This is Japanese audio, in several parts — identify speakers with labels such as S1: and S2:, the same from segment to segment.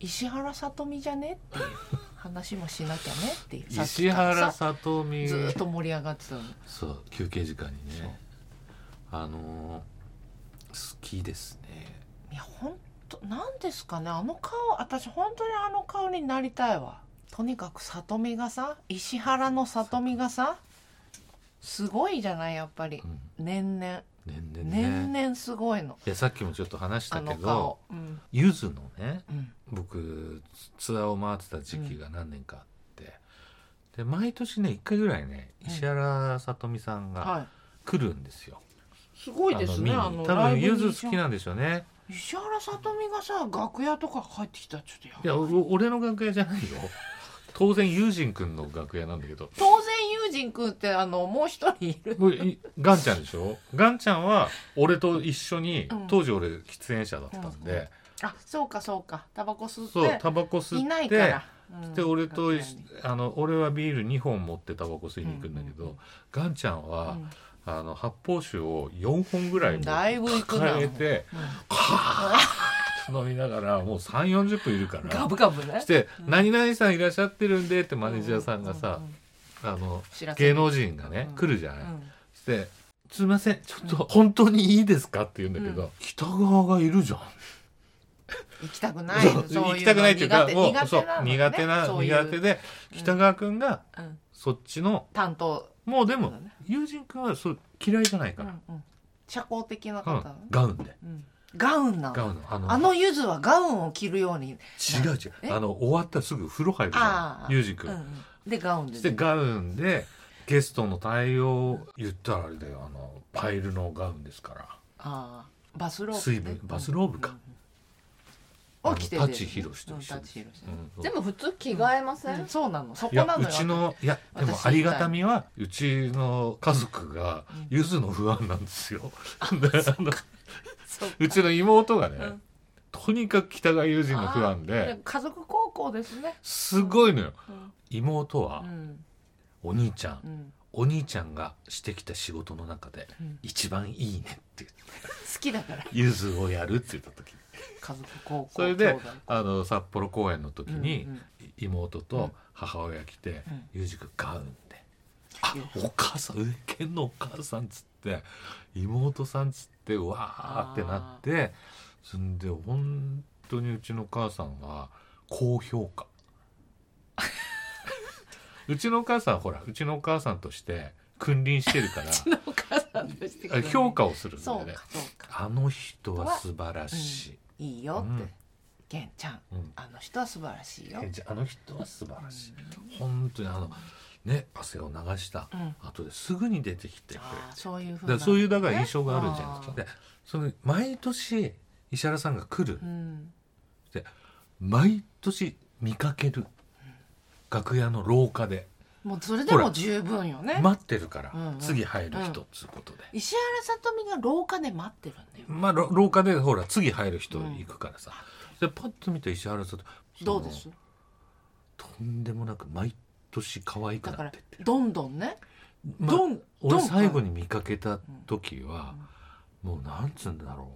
S1: 石原さとみじゃねっていう話もしなきゃねって いうさっき
S2: 石
S1: からさ
S2: 原さとみ
S1: ずーっと盛り上がってたの
S2: そう休憩時間に
S1: そう
S2: ねあのー好きですね
S1: いや本当なんですかねあの顔私本当にあの顔になりたいわとにかく里美がさ石原の里美がさすごいじゃないやっぱり
S2: うん
S1: 年々
S2: 年々ね
S1: 年々すごいの、
S2: いやさっきもちょっと話し
S1: あ
S2: たけ
S1: の
S2: ど
S1: 顔うん
S2: ゆずのね
S1: うん
S2: 僕ツアーを回ってた時期が何年かあって、で毎年ね1回ぐらいね
S1: うん
S2: 石原さとみさんが
S1: はい
S2: 来るんですよ、
S1: すごいですね
S2: あ
S1: あ
S2: の見
S1: の
S2: に多
S1: ライ
S2: 分
S1: ブ
S2: ゆ
S1: に
S2: ず好きなんでしょうね
S1: 石原さとみがさ楽屋とか帰ってきたらちょっとやばい
S2: いやお俺の楽屋じゃないよ当然友人くんの楽屋なんだけど
S1: 当然友人くんってあのもう一人いる
S2: もういガンちゃんでしょガンちゃんは俺と一緒に、
S1: うん
S2: 当時俺喫煙者だったんで、
S1: あそうかそうかタバコ吸って
S2: そうタバコ吸
S1: いない
S2: っ
S1: か
S2: て
S1: ら、うん
S2: で俺と
S1: 楽屋に
S2: あの俺はビール2本持ってタバコ吸いに行くんだけど、
S1: うんうんうん
S2: ガンちゃんは、
S1: うん
S2: あの発泡酒を4本ぐらい持って
S1: だいぶ行くな
S2: 抱えてカーッと飲みながらもう3 4 0分いるか
S1: ガ
S2: ら
S1: ブガブね
S2: そして「
S1: うん
S2: 何々さんいらっしゃってるんで」ってマネージャーさんが
S1: う、
S2: さ
S1: う
S2: あの
S1: 知らせ
S2: 芸能人がね、
S1: うん
S2: 来るじゃない。
S1: うん
S2: して「すいませんちょっと本当にいいですか?」って言うんだけど、
S1: うん
S2: 北川がいるじゃん
S1: 行きたくないそういうの
S2: 行きたくないっていうか
S1: 苦手
S2: もう
S1: 苦手
S2: そう
S1: なのね
S2: 苦手な
S1: そういう
S2: 苦手で北川君が
S1: うん
S2: そっちの、
S1: 担当
S2: もうで
S1: そ
S2: も
S1: うだね
S2: 友人君はそう嫌いじゃないか
S1: うん
S2: ら、
S1: うん社交的な
S2: うん
S1: 方だね
S2: ガウンで
S1: うんガウンな
S2: ガ
S1: の
S2: ウンのあの
S1: あのゆずはガウンを着るように
S2: 違う違
S1: え
S2: うあの終わったらすぐ風呂入るじゃ
S1: あ
S2: ん
S1: あ
S2: 友人
S1: うんう
S2: 君、
S1: んでガウン
S2: そ
S1: で
S2: して
S1: ね
S2: ガウンでゲストの対応を言ったらあれだよあのパイルのガウンですから
S1: ああバスローブね
S2: 水分バスローブか
S1: うんうんを着て
S2: あの舘ひろしと一緒
S1: うん舘ひろし
S2: うん
S3: でも普通着替えません、
S1: うんそうなのそこ
S2: い
S1: な
S2: や
S1: の
S2: う
S1: よ
S2: ちのいやでも
S1: 私
S2: ありがたみはうちの家族が
S1: うん
S2: ゆずの不安なんですよ。であの
S1: そう
S2: うちの妹がね、
S1: うん
S2: とにかく北川友人の不
S1: あ
S2: 安
S1: あ
S2: で
S1: 家族高校ですね
S2: すごいのよ。
S1: うん
S2: 妹
S1: う
S2: は
S1: ん
S2: お兄ちゃん、
S1: うん
S2: お兄ちゃんがしてきた仕事の中で
S1: うん
S2: 一番いいねって言って
S1: 好きだから
S2: ゆずをやるって言った時に
S1: 家族高校
S2: それで
S1: 兄弟
S2: あの札幌公演の時に
S1: うんうん
S2: 妹と母親が来て
S1: うん
S2: 「ゆうじくんガウン」って「あ
S1: う
S2: お母さん上健のお母さん」っつって妹さんっつってうわーってなってそんで本当にうちの母さんは高評価うちのお母さんほらうちのお母さんとして君臨してるか
S1: うちのお母さんとしてくれ
S2: ら
S1: る
S2: 評価をするんだ
S1: そ
S2: よ
S1: う
S2: ね
S1: かそうか
S2: あの人は素晴らしい、
S1: いいよ
S2: う
S1: っ
S2: ん
S1: てけんちゃん
S2: うん
S1: あの人は素晴らしいよ
S2: えじゃああの人は素晴らしい、本当にあのね汗を流した
S1: うん
S2: 後ですぐに出てきてくれる
S1: ああそういうふ
S2: だ
S1: うな
S2: からそういうだから印象があるじゃないですか、
S1: ね
S2: でその毎年石原さんが来る
S1: ああうん
S2: 毎年見かける楽屋の廊下で
S1: もうそれでも十分よね
S2: 待ってるから、
S1: うんうん
S2: 次入る人っつうことで、
S1: 石原さとみが廊下で待ってるんだよ
S2: まあろ廊下でほら次入る人行くからさ、でパッと見た石原さんと
S1: どうです
S2: そのとんでもなく毎年可愛く
S1: だか
S2: な
S1: ら
S2: ってって
S1: どんどんね
S2: まあ
S1: どんど
S2: 俺
S1: ん
S2: 最後に見かけた時は、もうなんつうんだろう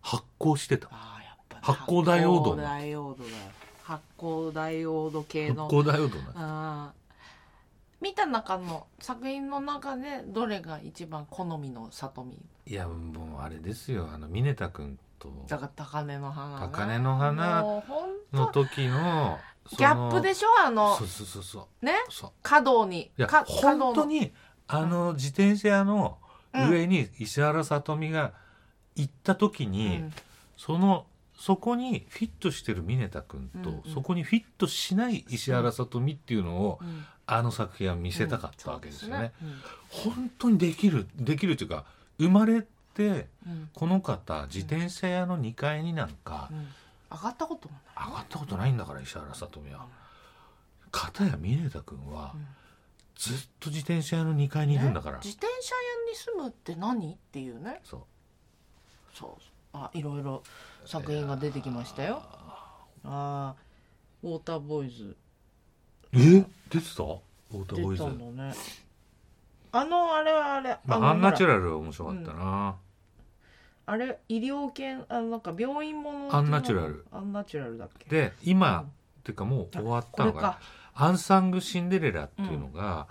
S2: 発酵してた
S1: ああやっぱね
S2: 発光ダイオー
S1: 発
S2: ド
S1: 光ダイオードだよ発光ダイオード系
S2: 発
S1: の
S2: 酵ダイオード
S1: あ
S2: な
S1: ー見た中の作品の中でどれが一番好みの里見
S2: いやもうあれですよあの峰田君と
S1: だから高根の花な
S2: 高根の花
S1: もうほん
S2: の
S1: と
S2: 時の
S1: ギャップで
S2: し
S1: しょあの
S2: そうそうそうそう
S1: ね
S2: そう
S1: 華道に
S2: いや
S1: か華道
S2: 本当
S1: の
S2: にあの自転車の
S1: うん
S2: 上に石原さとみが行った時
S1: う
S2: に、
S1: ん
S2: そのそこにフィットしてる峰田君と、
S1: うんうん
S2: そこにフィットしない石原さとみっていうのを、
S1: うん
S2: あの作品は見せたかったわけですよね。
S1: そうですね
S2: 本当にできるできるというか生まれて
S1: うんうん
S2: この方自転車屋の2階になんか
S1: うん上がったこともない
S2: 上がったことないんだから石原さとみは。片や峰田君は
S1: うん
S2: ずっと自転車屋の2階にいるんだから
S1: ね。自転車屋に住むって何っていうね
S2: そう
S1: そうあいろいろ作品が出てきましたよああウォーターボーイズ
S2: え出てたウォーターボー
S1: 出
S2: イズ
S1: た。んだねあのあれはあれ
S2: ま
S1: の
S2: あ、アンナチュ
S1: ほら
S2: ラルは面白かったな。
S1: あれ医療系あのなんか病院もの
S2: アンナチュラル
S1: アンナチュラルだっけ
S2: で
S1: う
S2: 今
S1: ん
S2: っていうかもう終わっ
S1: こ
S2: た
S1: れ
S2: のが
S1: か
S2: アンサング・シンデレラっていうのが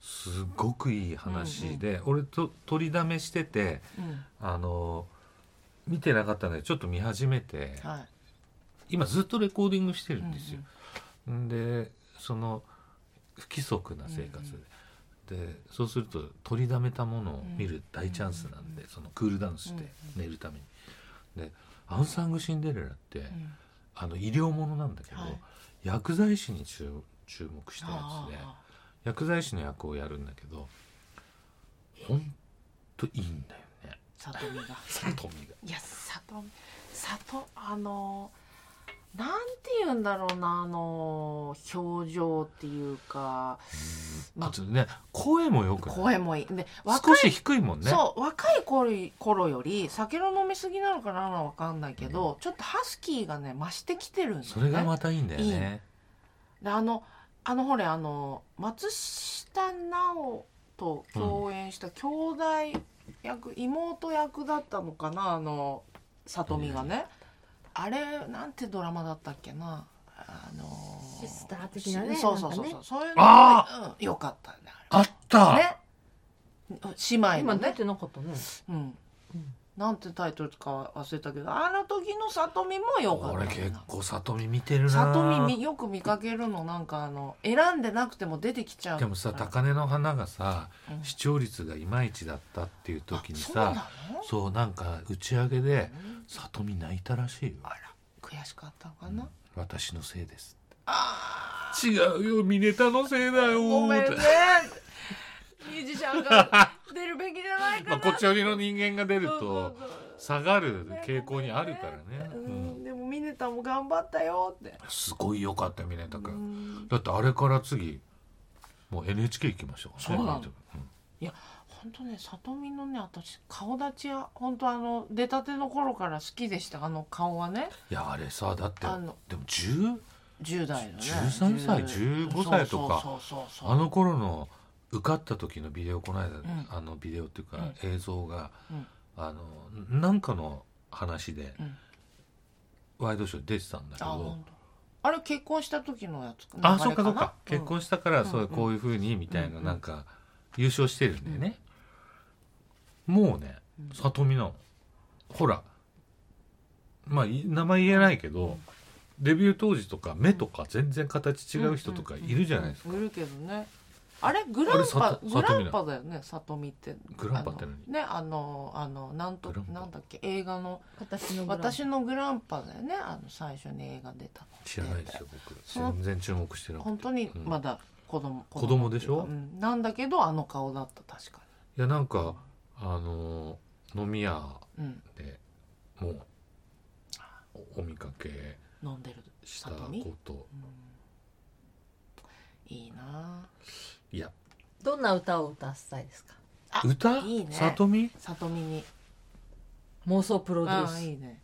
S2: すごくいい話で、俺と取りだめしてて
S1: うん
S2: あの見てなかったのでちょっと見始めて
S1: は
S2: 今ずっとレコーディングして
S1: い
S2: るんですよ。んでその不規則な生活で。でそうすると取りだめたものを見る大チャンスなんで、そのクールダウンして寝るために。でアンサング・シンデレラって、
S1: うんうん
S2: あの医療ものなんだけど、
S1: はい
S2: 薬剤師に注注目してま
S1: あ
S2: すね
S1: あ
S2: 薬剤師の役をやるんだけどほんといいんだよね
S1: 里見が
S2: 里見が。
S1: いや里見里あのなんて言うんだろうなあの表情っていうか
S2: あとね声もよくない
S1: 声もいいね若
S2: 少
S1: い
S2: し低いもんね。
S1: そう若い頃より頃より酒の飲みすぎなのかなわかんないけど、ちょっとハスキーがね増してきてるんです
S2: そ
S1: よ
S2: れ
S1: ね。
S2: がまたいいんだよね。
S1: であのあのほれあの松下奈緒と共演した兄弟役、妹役だったのかなあの里美がね、あれなんてドラマだったっけなあの
S3: シスター的なね
S1: そうそうそうそう、
S3: なんか
S1: そういうの
S2: あ
S1: うん、よかったね
S2: あった、
S1: あれね姉妹の
S3: 今
S1: ね
S3: 出てなかったね
S1: うん
S3: うん、
S1: なんてタイトルか忘れたけどあの時の里見もよかった
S2: 俺
S1: な
S2: 結構里見見てるな。
S1: 里見みよく見かけるのなんかあの選んでなくても出てきちゃう
S2: でもさ
S1: から
S2: 高根の花がさ
S1: うん
S2: 視聴率がいまいちだったっていう時にさ
S1: あそうなの
S2: そうなんか打ち上げで里見泣いたらしいよ。
S1: あら悔しかったのかな、
S2: 私のせいです
S1: あ
S2: 違うよミネタのせいだ
S1: あ
S2: よ
S1: ごめんね
S2: って
S1: ミュージシャンが出るべきじゃないかな、
S2: まあ、こっち寄りの人間が出る
S1: そうそう
S2: と
S1: そう
S2: 下がる傾向にあるからね、
S1: う
S2: うん
S1: ん、でもミネタも頑張ったよって、
S2: すごい良かったよミネタ
S1: う
S2: 君、
S1: ん、
S2: だってあれから次もう NHK 行きましょう
S1: そうなの
S2: ん
S1: 本当ね里見のね私顔立ちは本当あの出たての頃から好きでしたあの顔はね
S2: いやあれさだって
S1: あの
S2: でも10
S1: 10代のね
S2: 13歳
S1: 10
S2: 15歳とか
S1: そうそうそうそう
S2: あの頃の受かった時のビデオこの間、
S1: ん
S2: あのビデオっていうか映像が、
S1: うん
S2: あのなんかの話で
S1: うん
S2: ワイドショー出てたんだけ
S1: あ
S2: ど、
S1: 本当あれ結婚した時のやつか
S2: あ
S1: 流
S2: そ
S1: れ
S2: うかそうか
S1: な
S2: 結婚したから
S1: ん
S2: そううんこういうふうにみたいな
S1: うん
S2: なんか優勝してるんだよねもうね
S1: うん
S2: 里見なのほらまあい名前言えないけどデビュー当時とか目とか全然形違う人とかいるじゃないですか
S1: うんうんうんいるけどねあれグランパ
S2: あれ里
S1: グラ
S2: 里見
S1: ン
S2: だ
S1: パだよね里見って
S2: グランパって
S1: あのね
S2: 何
S1: あのあのなんと
S2: グランパ
S1: なんだっけ映画の
S3: 私の
S1: 私のグランパだよねあの最初に映画出た
S2: 知らないですよ僕
S1: その
S2: 全然注目してなくて
S1: 本当に
S2: うん
S1: まだ子供
S2: 子供でしょ
S1: っていうかうんなんだけどあの顔だった確か
S2: いやなんかあの飲み屋
S1: にうん
S2: でもうおお見かけ
S1: 飲んでる
S2: した
S1: 里見
S2: こと
S1: うんいいない
S2: や
S3: どんな歌を歌わせたいですか
S1: あ
S2: 歌
S1: いいね
S2: 里見
S1: 里見に
S3: 妄想プロデュ
S1: あ
S3: ー
S1: あ
S3: ス
S1: いいね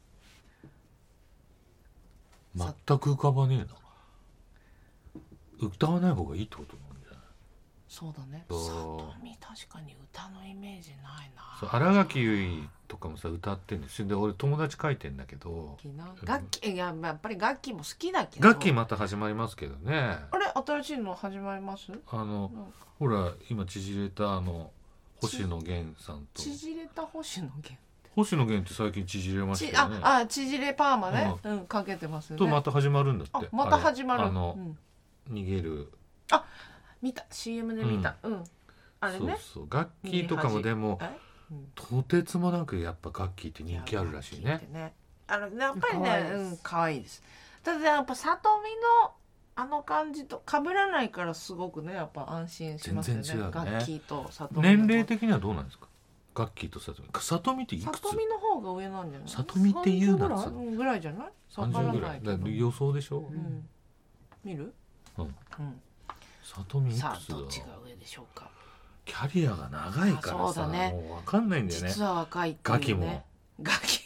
S2: 全く浮かばねえな歌わない方がいいってことなんじゃない
S1: そうだね
S2: そう
S1: 里見確かに歌のイメージないな
S2: そう新垣結衣とかもさ歌ってんですよで俺友達書いてんだけど
S1: 楽器な
S2: うん
S1: 楽器いややっぱり楽器も好きだけど
S2: 楽器また始まりますけどね
S1: あれ新しいの始まりますなんか
S2: あのほら今縮れたあの星野源さんと
S1: 縮れた星野源
S2: 星野源って最近縮れまし
S1: ち
S2: たよね
S1: ああ縮れパーマねうんかけてますよ
S2: とま
S1: ね
S2: た始まるんだっ
S1: あ
S2: て
S1: また
S2: あれ
S1: 始まる
S2: あ
S1: う
S2: の、
S1: ん
S2: 逃げる
S1: 見た CM で見たうんあれね
S2: そうそう楽器とかもでも
S1: えうん
S2: とてつもなくやっぱ楽器って人気あるらしい
S1: や
S2: ね
S1: 楽器ってあのやっぱり
S3: 可愛い
S1: ね
S3: です
S1: うん可愛いですただやっぱ里見のあの感じと被らないからすごくねやっぱ安心しますよね
S2: 全然違うね
S1: 楽器と里見の
S2: 年齢的にはどうなんですか楽器と里見里見っていくつ
S1: 里見の方が上なんじゃない
S2: 里見って言うな
S1: 30ぐらいぐらいじゃない分から
S2: 30ぐ
S1: な
S2: ら
S1: い
S2: い
S1: けど
S2: だから予想でしょ、
S1: うん見る
S2: うん
S1: うん
S2: 里見いくつだ
S1: さあどっちが上でしょうか
S2: キャリアが長いか
S1: あそ
S2: ら
S1: うだ
S2: さ、
S1: ね
S2: もう分かんないんだよね
S1: 実は若いって
S2: ガ
S1: い
S2: キ
S1: う
S2: も
S1: ねガキ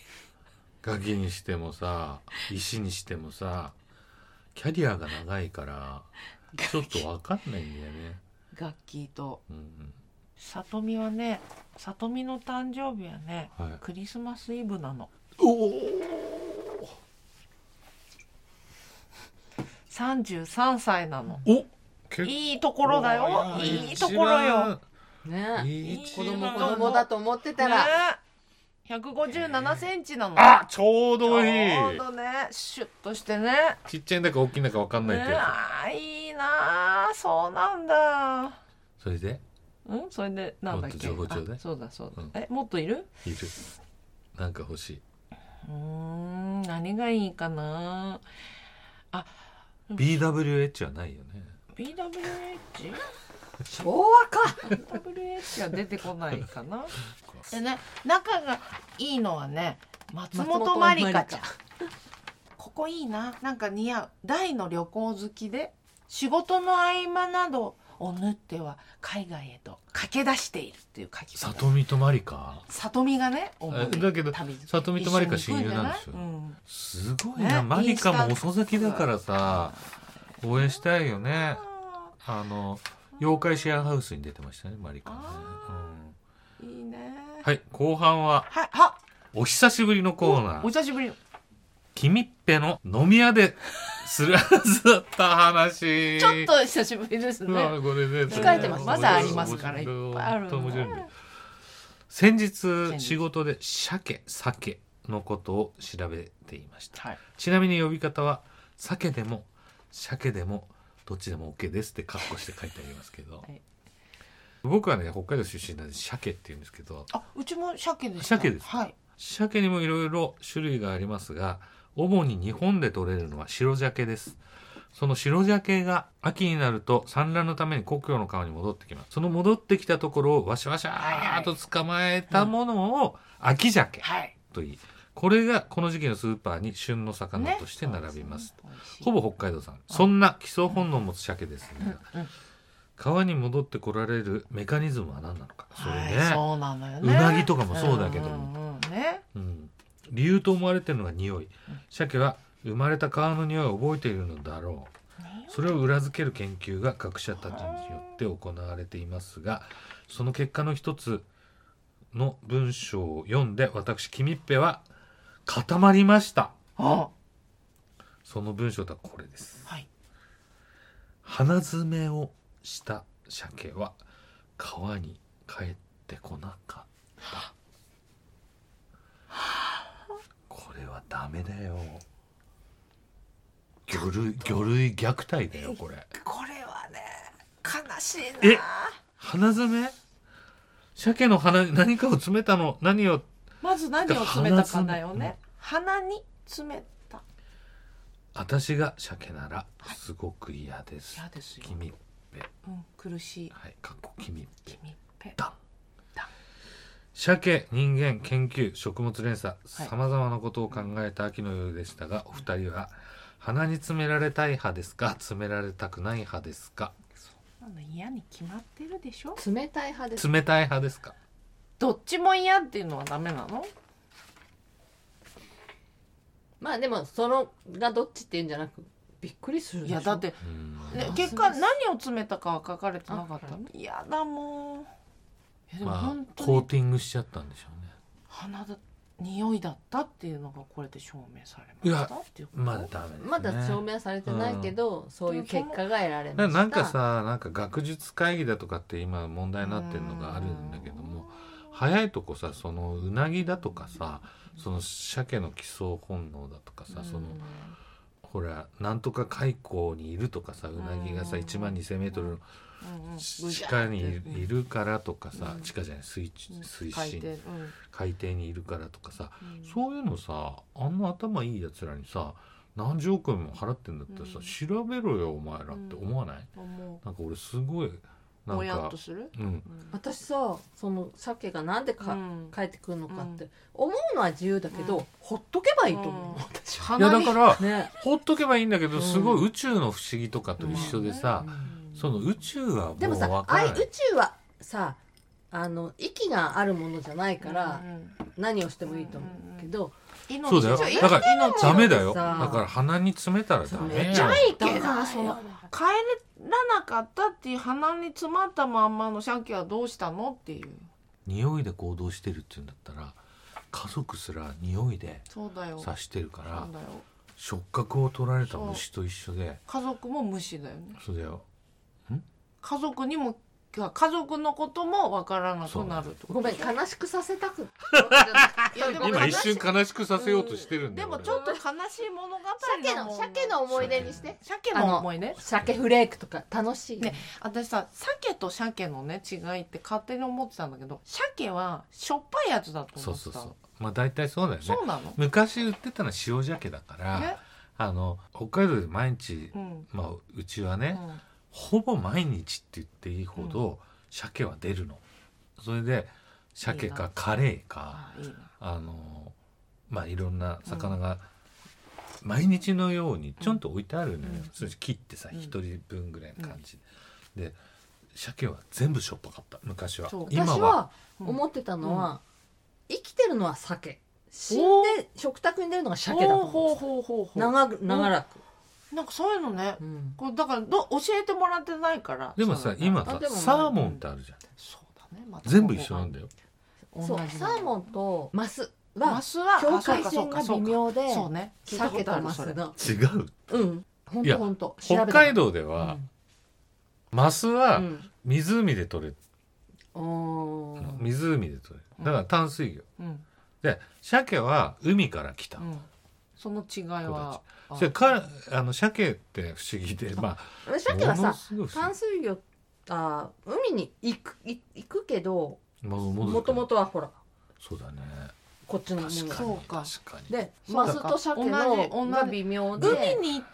S2: ガキにしてもさ石にしてもさキャリアが長いからちょっと分かんないんだよね、
S1: 楽器と
S2: うんうん
S1: 里美はね里美の誕生日はね
S2: はい
S1: クリスマスイブなの
S2: おお
S1: 33歳なの
S2: お結
S1: いいところだよいいところよ
S3: ね
S2: いい
S1: 一
S3: 子
S1: 番
S3: 供子供だと思ってたら、
S1: ね157センチなの
S2: あちょう
S1: ちょ
S2: どいいう
S1: どねシュッとしてね
S2: ちっちゃいんだか大きいんだか分かんないけ
S1: ね
S2: ど
S1: あーいいなあそうなんだ
S2: それで
S1: うんそれでなんだっけ
S2: もっと情報ちょうだい
S1: あそうだそうだ、
S2: うん
S1: えもっといる
S2: いるなんか欲しいう
S1: ーん何がいいかな
S2: BWH はないよね
S1: BWH?
S3: 昭和か
S1: WH は出てこないかな
S2: そ
S1: で
S2: っか
S1: ね仲がいいのはね松本まりかちゃん
S3: 松
S1: ここいいななんか似合う大の旅行好きで仕事の合間などを縫っては海外へと駆け出しているっていう書き方
S2: 里見とまりか
S1: 里見がね主に
S2: えだけど
S1: 旅好き
S2: 里見とまりか親友なんですよ
S1: 一緒に行くんじゃない
S2: すごい
S1: ね
S2: なまりか
S1: イン
S2: も
S1: スタ
S2: 遅咲きだからさ応援したいよねあの妖怪シェアハウスに出てましたねまりかね
S1: うんいいね
S2: うんはい後半は
S1: はいは
S2: お久しぶりのコーナ
S1: お
S2: ー
S1: 久しぶり
S2: 「君っぺの飲み屋でするはずだった話」
S1: ちょっと久しぶりですね
S2: まあこれね
S1: 控えてます
S2: それ
S1: まだありますからいっ
S2: 面白
S1: ぱいある
S2: 本当面白いんだよ
S1: ね
S2: 先
S1: 日
S2: 日仕事で鮭鮭のことを調べていました
S1: はい
S2: ちなみに呼び方は鮭でも鮭でもどっちでも OK ですってカッコして書いてありますけど、
S1: はい
S2: 僕はね北海道出身なんで鮭って言うんですけど
S1: あうちも鮭でした
S2: 鮭です
S1: はい
S2: 鮭にもいろいろ種類がありますが主に日本で取れるのは白鮭ですその白鮭が秋になると産卵のために故郷の川に戻ってきますその戻ってきたところをワシャワシャーと捕まえたものを秋鮭
S1: はい
S2: と言いこれがこの時期のスーパーに旬の魚として並びます、
S1: ね。
S2: ほぼ北海道産そんな基礎本能を持つ鮭ですが、
S1: うんうん
S2: 川に戻ってこられるメカニズムは何なのかそれね、
S1: はいそうなのよね。
S2: うなぎとかもそうだけども
S1: んうんうんね。
S2: うん、理由と思われてるのが匂い鮭は生まれた川の匂いを覚えているのだろうそれを裏付ける研究が学者たちによって行われていますがその結果の一つの文章を読んで私君っぺは固まりました
S1: あ、
S2: その文章とはこれです
S1: はい。
S2: 鼻詰めをした鮭は川に帰ってこなかったこれはダメだよ魚類魚類虐待だよこれ
S1: これはね、悲しい
S2: え
S1: な。
S2: 鼻詰め鮭の鼻に何かを詰めたの何を
S1: まず何を詰めたかだよね。鼻に詰めた。
S2: 私が鮭ならすごく嫌です、
S1: 嫌ですよ。
S2: 君
S1: うん、苦しい。
S2: はいかっこ君
S1: 君っぺ。
S2: だ
S1: だ
S2: 鮭人間研究食物連鎖
S1: はい
S2: さまざまなことを考えた秋の夜でしたが、お二人は鼻に詰められたい派ですか詰められたくない派ですか
S1: そんなの嫌に決まってるでしょ。
S3: 冷たい派です
S2: 冷たい派ですか
S1: どっちも嫌っていうのはダメなの？
S3: まあでもそのがどっちっていうんじゃなくびっくりするで
S1: い
S3: しょ
S1: やだって
S2: うん
S1: ね
S3: あ、
S1: 結果何を詰めたかは書かれてなかっ
S3: あは
S1: た。いやだもん。えでも
S2: ま
S1: 本
S2: あ
S1: 当
S2: コー
S1: に
S2: ティングしちゃったんでしょうね
S1: 鼻だ匂いだったっていうのがこれで証明され
S2: い
S1: ま
S2: や
S1: したっていうこと。
S2: まだダメですね
S3: まだ証明されてないけど、そういう結果が得られま
S2: な
S3: した
S2: なんかさなんか学術会議だとかって今問題になってるのがあるんだけども早いとこさそのうなぎだとかさその鮭の基礎本能だとかさそのほらなんとか海溝にいるとかさうなぎがさ
S1: うん
S2: 1万2 0 0 0ル
S1: う
S2: の
S1: んうん
S2: 地下にいるいるからとかさ
S1: うん
S2: 地下じゃない水中
S1: うん
S2: 水
S1: 書いて
S2: 深海底にいるからとかさ
S1: うんうん
S2: そういうのさあんな頭いいやつらにさ何十億円も払ってんだったらさ
S1: うん
S2: 調べろよお前らって思わない
S1: 思
S2: なんか俺すごいうな
S1: ぼ
S2: ん
S1: やっ
S2: か
S1: とする。
S2: うん
S1: うん
S3: 私さその鮭がなんでか、
S1: うん
S3: 帰ってくるのかって、思うのは自由だけど、ほっとけばいいと思う、
S1: うん
S3: 私は。
S2: いや
S1: 鼻
S2: だ
S1: に
S2: から
S3: ね、
S2: ほっとけばいいんだけど
S3: うん
S2: すごい宇宙の不思議とかと一緒でさ
S1: うん
S2: その宇宙はもう
S3: でも
S2: 分
S3: さ
S2: か
S3: あ
S2: ら
S3: い
S2: ない
S3: 宇宙はさあの息があるものじゃないから
S1: う、んうん
S3: 何をしてもいいと思うけど、
S1: 命
S2: そうだよ
S1: ちょ
S2: だから
S1: 命
S2: ダメだ
S3: そ
S2: よ
S3: うさ
S2: だから鼻に詰めたらダメ
S1: じゃ
S2: よ
S1: あいけどそ
S3: そ
S1: の
S3: の
S1: 帰らなかったっていう鼻に詰まったまんまのシャキはどうしたのっていう
S2: 匂いで行動してるっていうんだったら家族すら匂いで
S1: そうだよそう
S2: 察してるから
S1: だよ
S2: 触覚を取られた虫と一緒で
S1: 家族も無視だよね
S2: そうだよ
S1: 家族にも家族のこともわからなくなるってこと
S3: ごめん悲しくさせたくないやでも
S2: 今
S1: 悲
S2: 一
S1: しい
S2: 瞬悲しくさせようとしてるんだ
S1: で
S2: よ
S1: も
S2: 俺
S1: ちょっと悲しい物語
S3: 鮭
S1: だも
S3: の
S1: ん
S3: 鮭の思い出にして
S1: 鮭の思いね
S3: 鮭フレークとか楽しい
S1: ね私さ鮭と鮭のね違いって勝手に思ってたんだけど鮭はしょっぱいやつだと
S2: そ
S1: 思
S2: う
S1: って
S2: そう
S1: た
S2: そ
S1: の
S2: うまあ大体そうだよね
S1: そうなの
S2: 昔売ってたのは塩鮭だから
S1: ね
S2: あの北海道で毎日
S1: うん
S2: まあうちは
S1: う
S2: ね
S1: ん
S2: ほぼ毎日って言っていいほど鮭は出るのそれで鮭
S1: いい
S2: かカレーか
S1: あいいな
S2: あのまあいろんな魚が毎日のようにちょんと置いてあるのよ、
S1: うん
S2: それ切ってさ
S1: うん
S2: 一、人分ぐらいの感じ、で鮭は全部しょっぱかった昔は
S1: そう
S2: 今
S3: 私
S2: は
S3: は思ってたのは生きてるのは鮭死んで食卓に出るのが鮭だと
S1: ほう
S3: 思って
S1: ほうほうほ
S3: た
S1: う
S3: 長く長らく
S1: なんかそういうのね
S3: うん
S1: こうだからど教えてもらってないから
S2: でもさ
S1: そうだね
S2: 今
S3: あ
S2: さ
S3: でも
S2: サーモンってあるじゃん
S1: そうだね、また
S2: 全部一緒なんだよ
S3: そうサーモンとマス
S1: マ
S3: は
S1: スは
S3: 境
S1: あそう
S3: 界
S1: かそ
S3: 線
S1: う
S3: が
S1: かそ
S3: 微
S1: うか
S3: 妙で
S1: そうね聞いたこ
S3: 鮭
S1: とあ
S3: と
S1: る
S3: マ
S1: そ
S3: ス
S1: れ
S3: が
S2: 違う
S3: うんほん
S2: いや
S3: とほんと
S2: 北海
S3: 道
S2: 道では、マスは湖で取れる
S3: お
S2: の、湖で取れるだから淡水魚
S1: うん
S2: で鮭は海から来た、
S1: うんその違いは
S2: それかあの鮭って不思議でまあ
S3: 鮭は
S2: もの
S3: さ
S2: すごい不思議
S3: 淡水魚あー海に行くい行くけど
S2: も
S3: もとも
S2: と
S3: とはほら
S2: そうだね
S3: こっちのも
S2: 確
S3: の
S2: か
S1: そう
S2: に
S1: か
S2: 確かに
S3: で
S1: そう
S3: マ
S1: か
S3: スと鮭
S1: 同じ同
S3: の
S1: じ
S3: が微妙で
S1: 海に行ったのが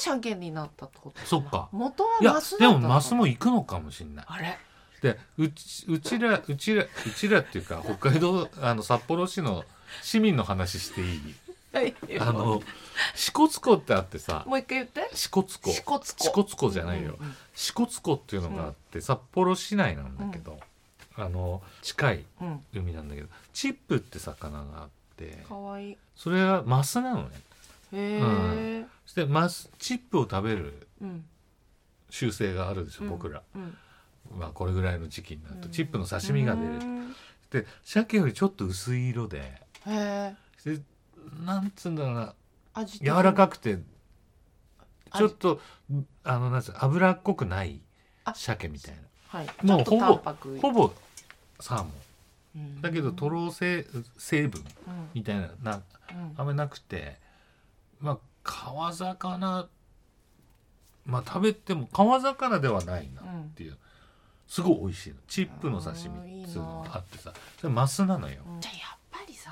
S1: 鮭になったってこと
S2: そっか
S1: 元はい
S2: や
S1: マス
S2: で
S1: だった
S2: も
S1: のか
S2: マスも行くのかもしれない
S1: あれ
S2: でうちうちらうちらうちらっていうか北海道あの札幌市の市民の話していいあの支笏湖ってあって さ
S1: もう一回言って
S2: 支笏湖
S1: 支笏湖
S2: 支笏湖じゃないよ
S1: うんうん
S2: 支笏湖っていうのがあって札幌市内なんだけどあの近い
S1: うんうん
S2: 海なんだけどチップって魚があって
S1: かわいい
S2: それはマスなのね
S1: へえ
S2: そしてマスチップを食べる
S1: うん
S2: 習性があるでしょ、
S1: うん
S2: 僕ら、
S1: うん
S2: まあ、これぐらいの時期になると、
S1: うん
S2: チップの刺身が出る
S1: うん
S2: で鮭よりちょっと薄い色で
S1: へえ
S2: でなんつうんだろうな
S1: 味的に
S2: 柔らかくて
S1: 味
S2: ちょっとあのなんつうの脂っこくない
S1: あ
S2: 鮭みたいな
S1: はい
S2: もう
S1: ちょっと淡白い
S2: ほぼサーモ
S1: うん
S2: ンだけどとろ成成分
S1: うん
S2: みたいなな
S1: うん
S2: あんまりなくてまあ川魚まあ食べても川魚ではないなっていう、すごい美味しいのチップの刺
S1: あーいい
S2: 身
S1: な
S2: するのがあってさそれマスなのよ、
S1: じゃあやっぱりさ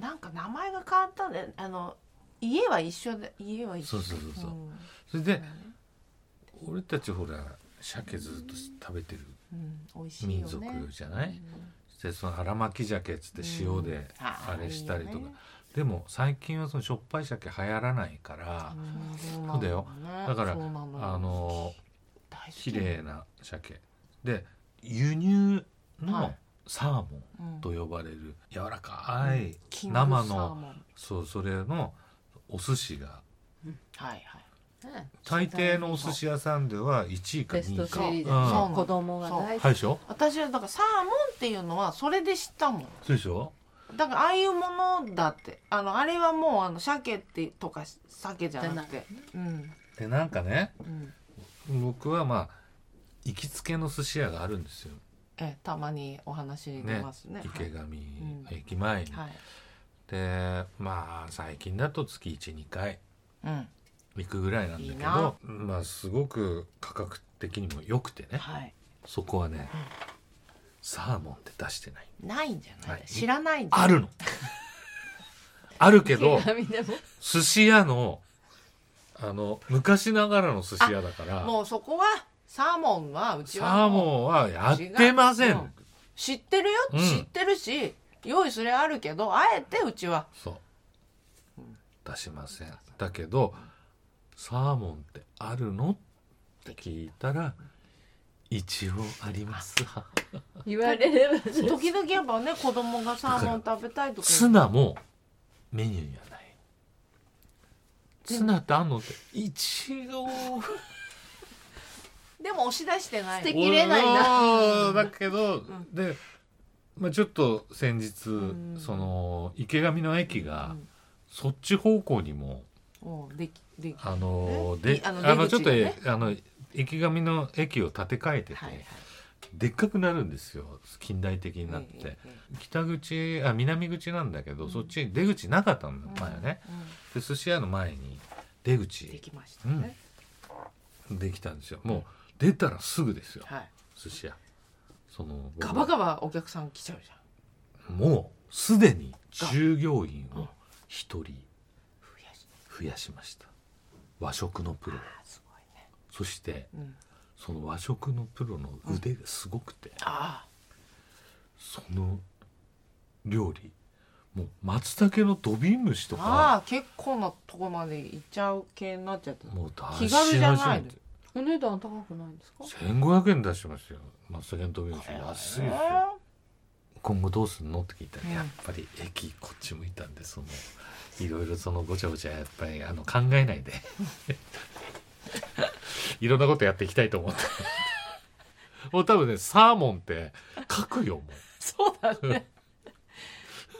S1: なんか名前が変わったねあの家は一緒で家は一緒
S2: そうそうそうそう、
S1: ん
S2: それで
S1: そうだね
S2: 俺たちほら鮭ずっと食べてる
S1: うん、美味しいよね
S2: 民族じゃない、
S1: うん
S2: でその荒巻き鮭っつって塩であれしたりとか、でも最近はそのしょっぱい鮭流行らないから、そうだよだからあの綺麗な鮭で輸入
S1: は
S2: の
S1: い
S2: サーモンと呼ばれる柔らかい、生のそうそれのお寿司が
S1: はいはい
S3: ね
S2: 大抵のお寿司屋さんでは1位か
S3: ベスト
S2: 2位
S3: シ
S2: か
S3: リ
S2: う
S3: ーズ、
S2: ん
S1: そう
S2: は
S1: ん
S3: 子供が大
S2: い
S3: 好き、
S2: でしょ
S1: 私はだからサーモンっていうのはそれで知ったもん
S2: そうでしょ
S1: だからああいうものだってあのあれはもうあの鮭ってとか鮭じゃなくてうん
S2: でなんかね
S1: うん
S2: 僕はまあ行きつけの寿司屋があるんですよ
S1: えたまにお話に出ますね
S2: 池上
S1: ん
S2: 駅前に、
S1: はい、
S2: でまあ最近だと月12回
S1: うん
S2: 行くぐらいなんだ
S1: いい
S2: け
S1: な
S2: どまあすごく価格的にも良くてね
S1: はい、
S2: そこはねサーモンって出してない
S1: ないんじゃない、
S2: はい
S1: 知らないんだ
S2: あ るのあるけ ど
S3: 手紙でも
S2: 寿司屋のあの昔ながらの寿司屋だから
S1: もうそこはサーモンはうち
S2: サ
S1: は
S2: ーモ
S1: もう
S2: ンはやってませ
S1: 違ううんん知ってるよ、
S2: うん
S1: 知ってるし用意すれあるけどあえてうちは
S2: そう出しませんだけどサーモンってあるのって聞いたら一応あります
S3: 言われれば
S1: 時々やっぱね子供がサーモン食べたいとか
S2: ツナもメニューにはないツナってあんのって一応
S1: でも押し出してない
S3: 素敵できれないな
S2: おーだけど、
S3: ん
S2: で、まあ、ちょっと先日、
S3: うん
S2: その池上の駅が、
S3: うん
S2: そっち方向にも
S1: おうできでき
S2: あの
S1: え
S2: で
S1: いあ
S2: あ
S1: の
S2: の
S1: 出
S2: ちょっ
S1: 口
S2: と
S1: がね
S2: あの池上の駅を建て替えてて、
S1: はいはい
S2: でっかくなるんですよ近代的になって、
S1: えええ
S2: 北口あ南口なんだけど、
S1: うん
S2: そっち出口なかったの
S1: え
S2: 前はね、
S1: うん
S2: で寿司屋の前に出
S1: うんで
S2: 口
S1: きましたね、
S2: できたんですよもう出たらすぐですよ
S1: はい
S2: 寿司屋その僕
S1: ガバガバお客さん来ちゃうじゃん
S2: もうすでに従業員を一人
S1: 増やして
S2: 増やしました和食のプロ
S1: あすごいね
S2: そして
S1: うん
S2: その和食のプロの腕がすごくて、
S1: あ
S2: その料理もう松茸の土瓶蒸しと
S1: ー
S2: か
S1: あー結構なとこまで行っちゃう系になっちゃった
S2: もう
S1: 気軽じゃない
S2: 出し
S3: お値段高くないんですか
S2: ましたよ1500円出しましたよ松茸の土瓶蒸し
S1: えー
S2: 安いですよ今後どうすんのって聞いたら、
S1: うん
S2: やっぱり駅こっち向いたんでそのいろいろそのごちゃごちゃやっぱりあの考えないで いろんなことやっていきたいと思ってもう多分ねサーモンって書くよもう、
S1: そうだね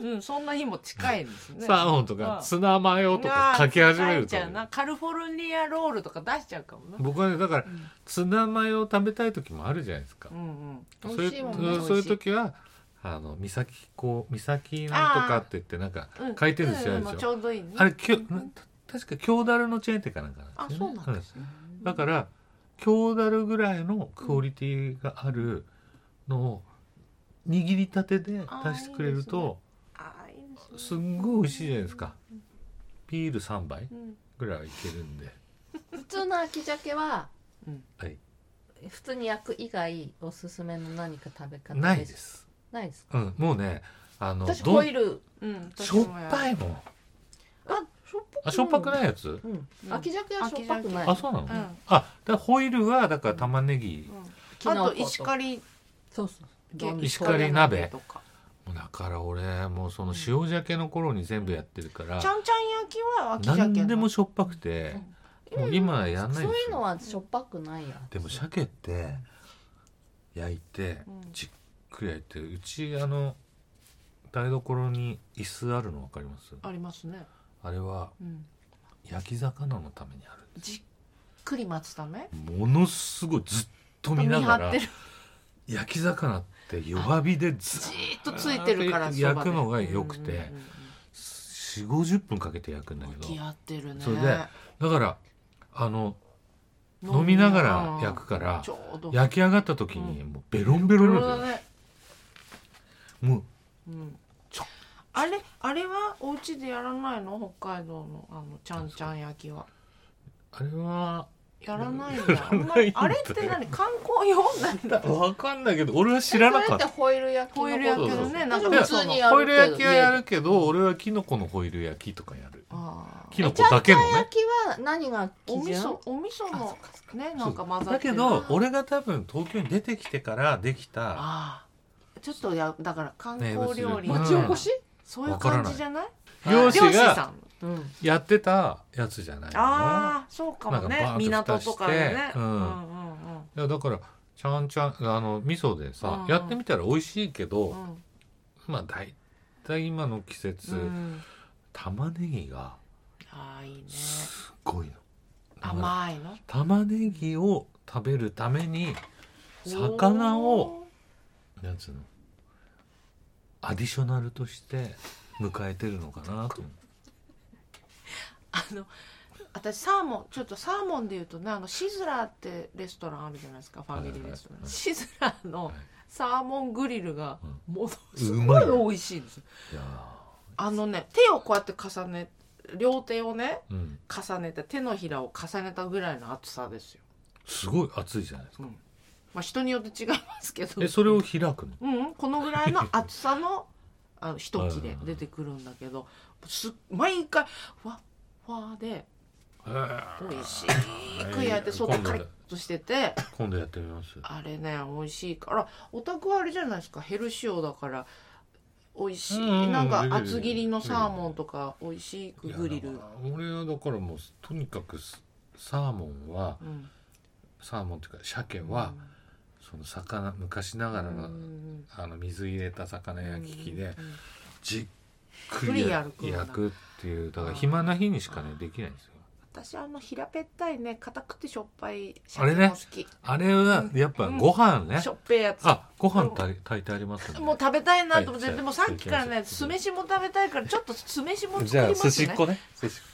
S1: うんそんな日も近いですね
S2: サーモンとかツナマヨとか書き始めると
S1: あー疲れちゃうなカルフォルニアロールとか出しちゃうかもな
S2: 僕はねだから
S1: うん
S2: ツナマヨ食べたい時もあるじゃないですか
S1: う、んうん
S2: そう
S1: 美
S2: い
S1: 味しいもんね
S2: うそういう時はあの三崎こう三崎なんとかって言ってなんか
S1: うん
S2: 書いてるんですよ、
S1: う
S2: あ
S1: ん
S2: れでしょ
S1: まあちょうどいいね
S2: あれきょなんた確か京ダルのチェーン店かなんか
S1: あ
S2: なんです
S1: そ
S2: よ
S1: う
S2: ね
S1: なんですね
S2: うんだから京ダルぐらいのクオリティがあるのを握りたてで出してくれると
S1: あーいいです
S2: すんごい美味しいじゃないですかビール3杯
S1: ねうん
S2: ぐらいはいけるんで
S3: 普通の秋鮭は
S1: うん
S2: はい
S3: 普通に焼く以外おすすめの何か食べ方
S2: ないです
S3: ないですか
S2: うんもうねあの
S3: 私
S2: ど
S3: ホ
S2: ん
S3: イル
S1: うん
S2: しょっぱ
S1: い
S2: いもん
S3: あしょっぱ
S2: あしょっぱくないやつ
S3: うん
S1: うん
S3: 秋鮭はしょっぱくない
S2: あそうなの
S1: うんうん
S2: あだからホイルはだから玉ねぎ
S3: き
S1: あ
S3: なこと
S1: 石狩
S3: そうそう
S1: げ
S3: どん
S2: 石狩鍋
S1: とか
S2: だから俺もうその塩鮭の頃に全部やってるから
S1: ちゃんちゃん焼きは秋鮭の
S2: 何でもしょっぱくて、もう今はやんない
S3: そう
S2: で
S3: いう
S2: す
S3: の
S2: よ
S3: はしょっぱくないや
S2: でも鮭って焼いて
S1: うん
S2: じっくり焼いてうちあの台所に椅子あるの分かります
S1: ありますね
S2: あれは
S1: うん
S2: 焼き魚のためにある
S1: じっくり待つため
S2: ものすごいずっと見なが
S1: 見張
S2: ら
S1: ってる
S2: 焼き魚って弱火でずっ
S1: じーっとついてるから
S2: あ
S1: そば
S2: ー
S1: で
S2: 焼くのが良くて
S1: うんうんうんうん
S2: 4 5 0分かけて焼くんだけ
S1: 向き
S2: ど
S1: 合ってるね
S2: それでだからあの飲みながら焼くから
S1: ちょうど
S2: 焼き上がった時にもうベロンベロンになってる
S1: ね、
S2: もう
S1: うん
S2: ちょ、
S1: あれあれはお家でやらないの北海道のあのちゃんちゃん焼きは
S2: あれは
S1: やらないん
S2: や
S1: だ
S2: ら
S1: あ
S2: ない
S1: ん
S2: ん
S1: ま
S2: だよ
S1: りあれって何観光用 なんだ
S2: わかんないけど俺は知らなかっ
S3: それ
S2: た
S3: ってホイル焼きの
S1: ホイル焼き
S2: のね
S1: なん
S2: か
S3: 普通にやる
S2: ホイル焼きはや
S3: る
S2: るけど俺はキノコのホイル焼きとかやる
S1: あー
S2: キノコだけのね
S3: 焼きは何が基
S1: お味噌
S3: 準
S1: お味噌
S3: あそ
S1: の
S3: っかそっ
S1: ねなんか混ざ
S2: だ
S1: って
S2: け
S1: る
S2: ど俺が多分東京に出てきてからできた
S1: ああちょっとやだから観光料理
S2: 名物料理
S3: 町おこし
S1: そういう感じじゃない
S2: 漁
S1: 漁
S2: 師
S1: 師
S2: が
S1: さん
S3: うん
S2: やってたやつじゃないの
S1: ああそうかも
S2: なんか
S1: ね
S2: バーンと
S1: 港とかでね
S2: 蓋してうん
S1: うんうん
S2: いやだからちゃんちゃんあの味噌で
S1: うん
S2: さ
S1: うん
S2: やってみたら美味しいけ
S1: う
S2: ど
S1: ん
S2: まあ大体今の季
S1: う
S2: 節
S1: ん
S2: 玉ねぎが
S1: ああいいね
S2: すっごいのだから
S1: 甘いの
S2: 玉ねぎを食べるために魚をなんつうのアディショナルとして迎えてるのかなと思
S1: あの私サーモンちょっとサーモンでいうとねあのシズラーってレストランあるじゃないですかファミリーレストラン、
S2: はいはいはい
S1: シズラーの
S2: はい
S1: サーモングリルがものす
S2: うまい
S1: ごい美味しいんですよ
S2: ういや
S1: あのね手をこうやって重ね両手をね
S2: ーうん
S1: 重ねて手のひらを重ねたぐらいの厚さですよ、
S2: すごい熱いじゃないですか
S1: うんまあ、人によって違いますけど
S2: えそれを開くの
S1: うんうん、このぐらいの厚さのあの 一切
S2: はい
S1: れ
S2: はいはい
S1: 出てくるんだけどす毎回ふわっふわで美味しく焼いて外カリッとしてて
S2: 今度やってみます
S1: あれね美味しいからお宅はあれじゃないですかヘルシオだから美味しい、
S2: うんうん
S1: なんか
S2: できる
S1: 厚切りのサーモンとか美味しくグリル、
S2: いやだから俺はだからもうとにかくすサーモンは
S1: うん、
S2: サーモンというか鮭は、その魚昔ながらの,、
S1: うん
S2: あの水入れた魚
S1: うん
S2: 焼き器で
S1: うん
S2: じっくりや
S1: じっくりやる
S2: 焼くっていうだから暇な日にしかねできないんですよ
S1: 私あの平べったいね硬くてしょっぱい
S2: あれ
S1: 鮭
S2: ね
S1: も好き、
S2: あれはやっぱご飯ね、
S1: しょっぺいやつ
S2: あご飯炊い炊いてありますね
S1: もう食べたいなと思っ
S2: は
S1: て
S2: い
S1: でもさっきからね
S2: じゃ
S1: 酢
S2: あ
S1: 飯も食べたいからちょっと酢飯も作り
S2: じゃあ
S1: ま
S2: 寿
S1: す
S2: 司っ
S1: ね
S2: こね寿司っ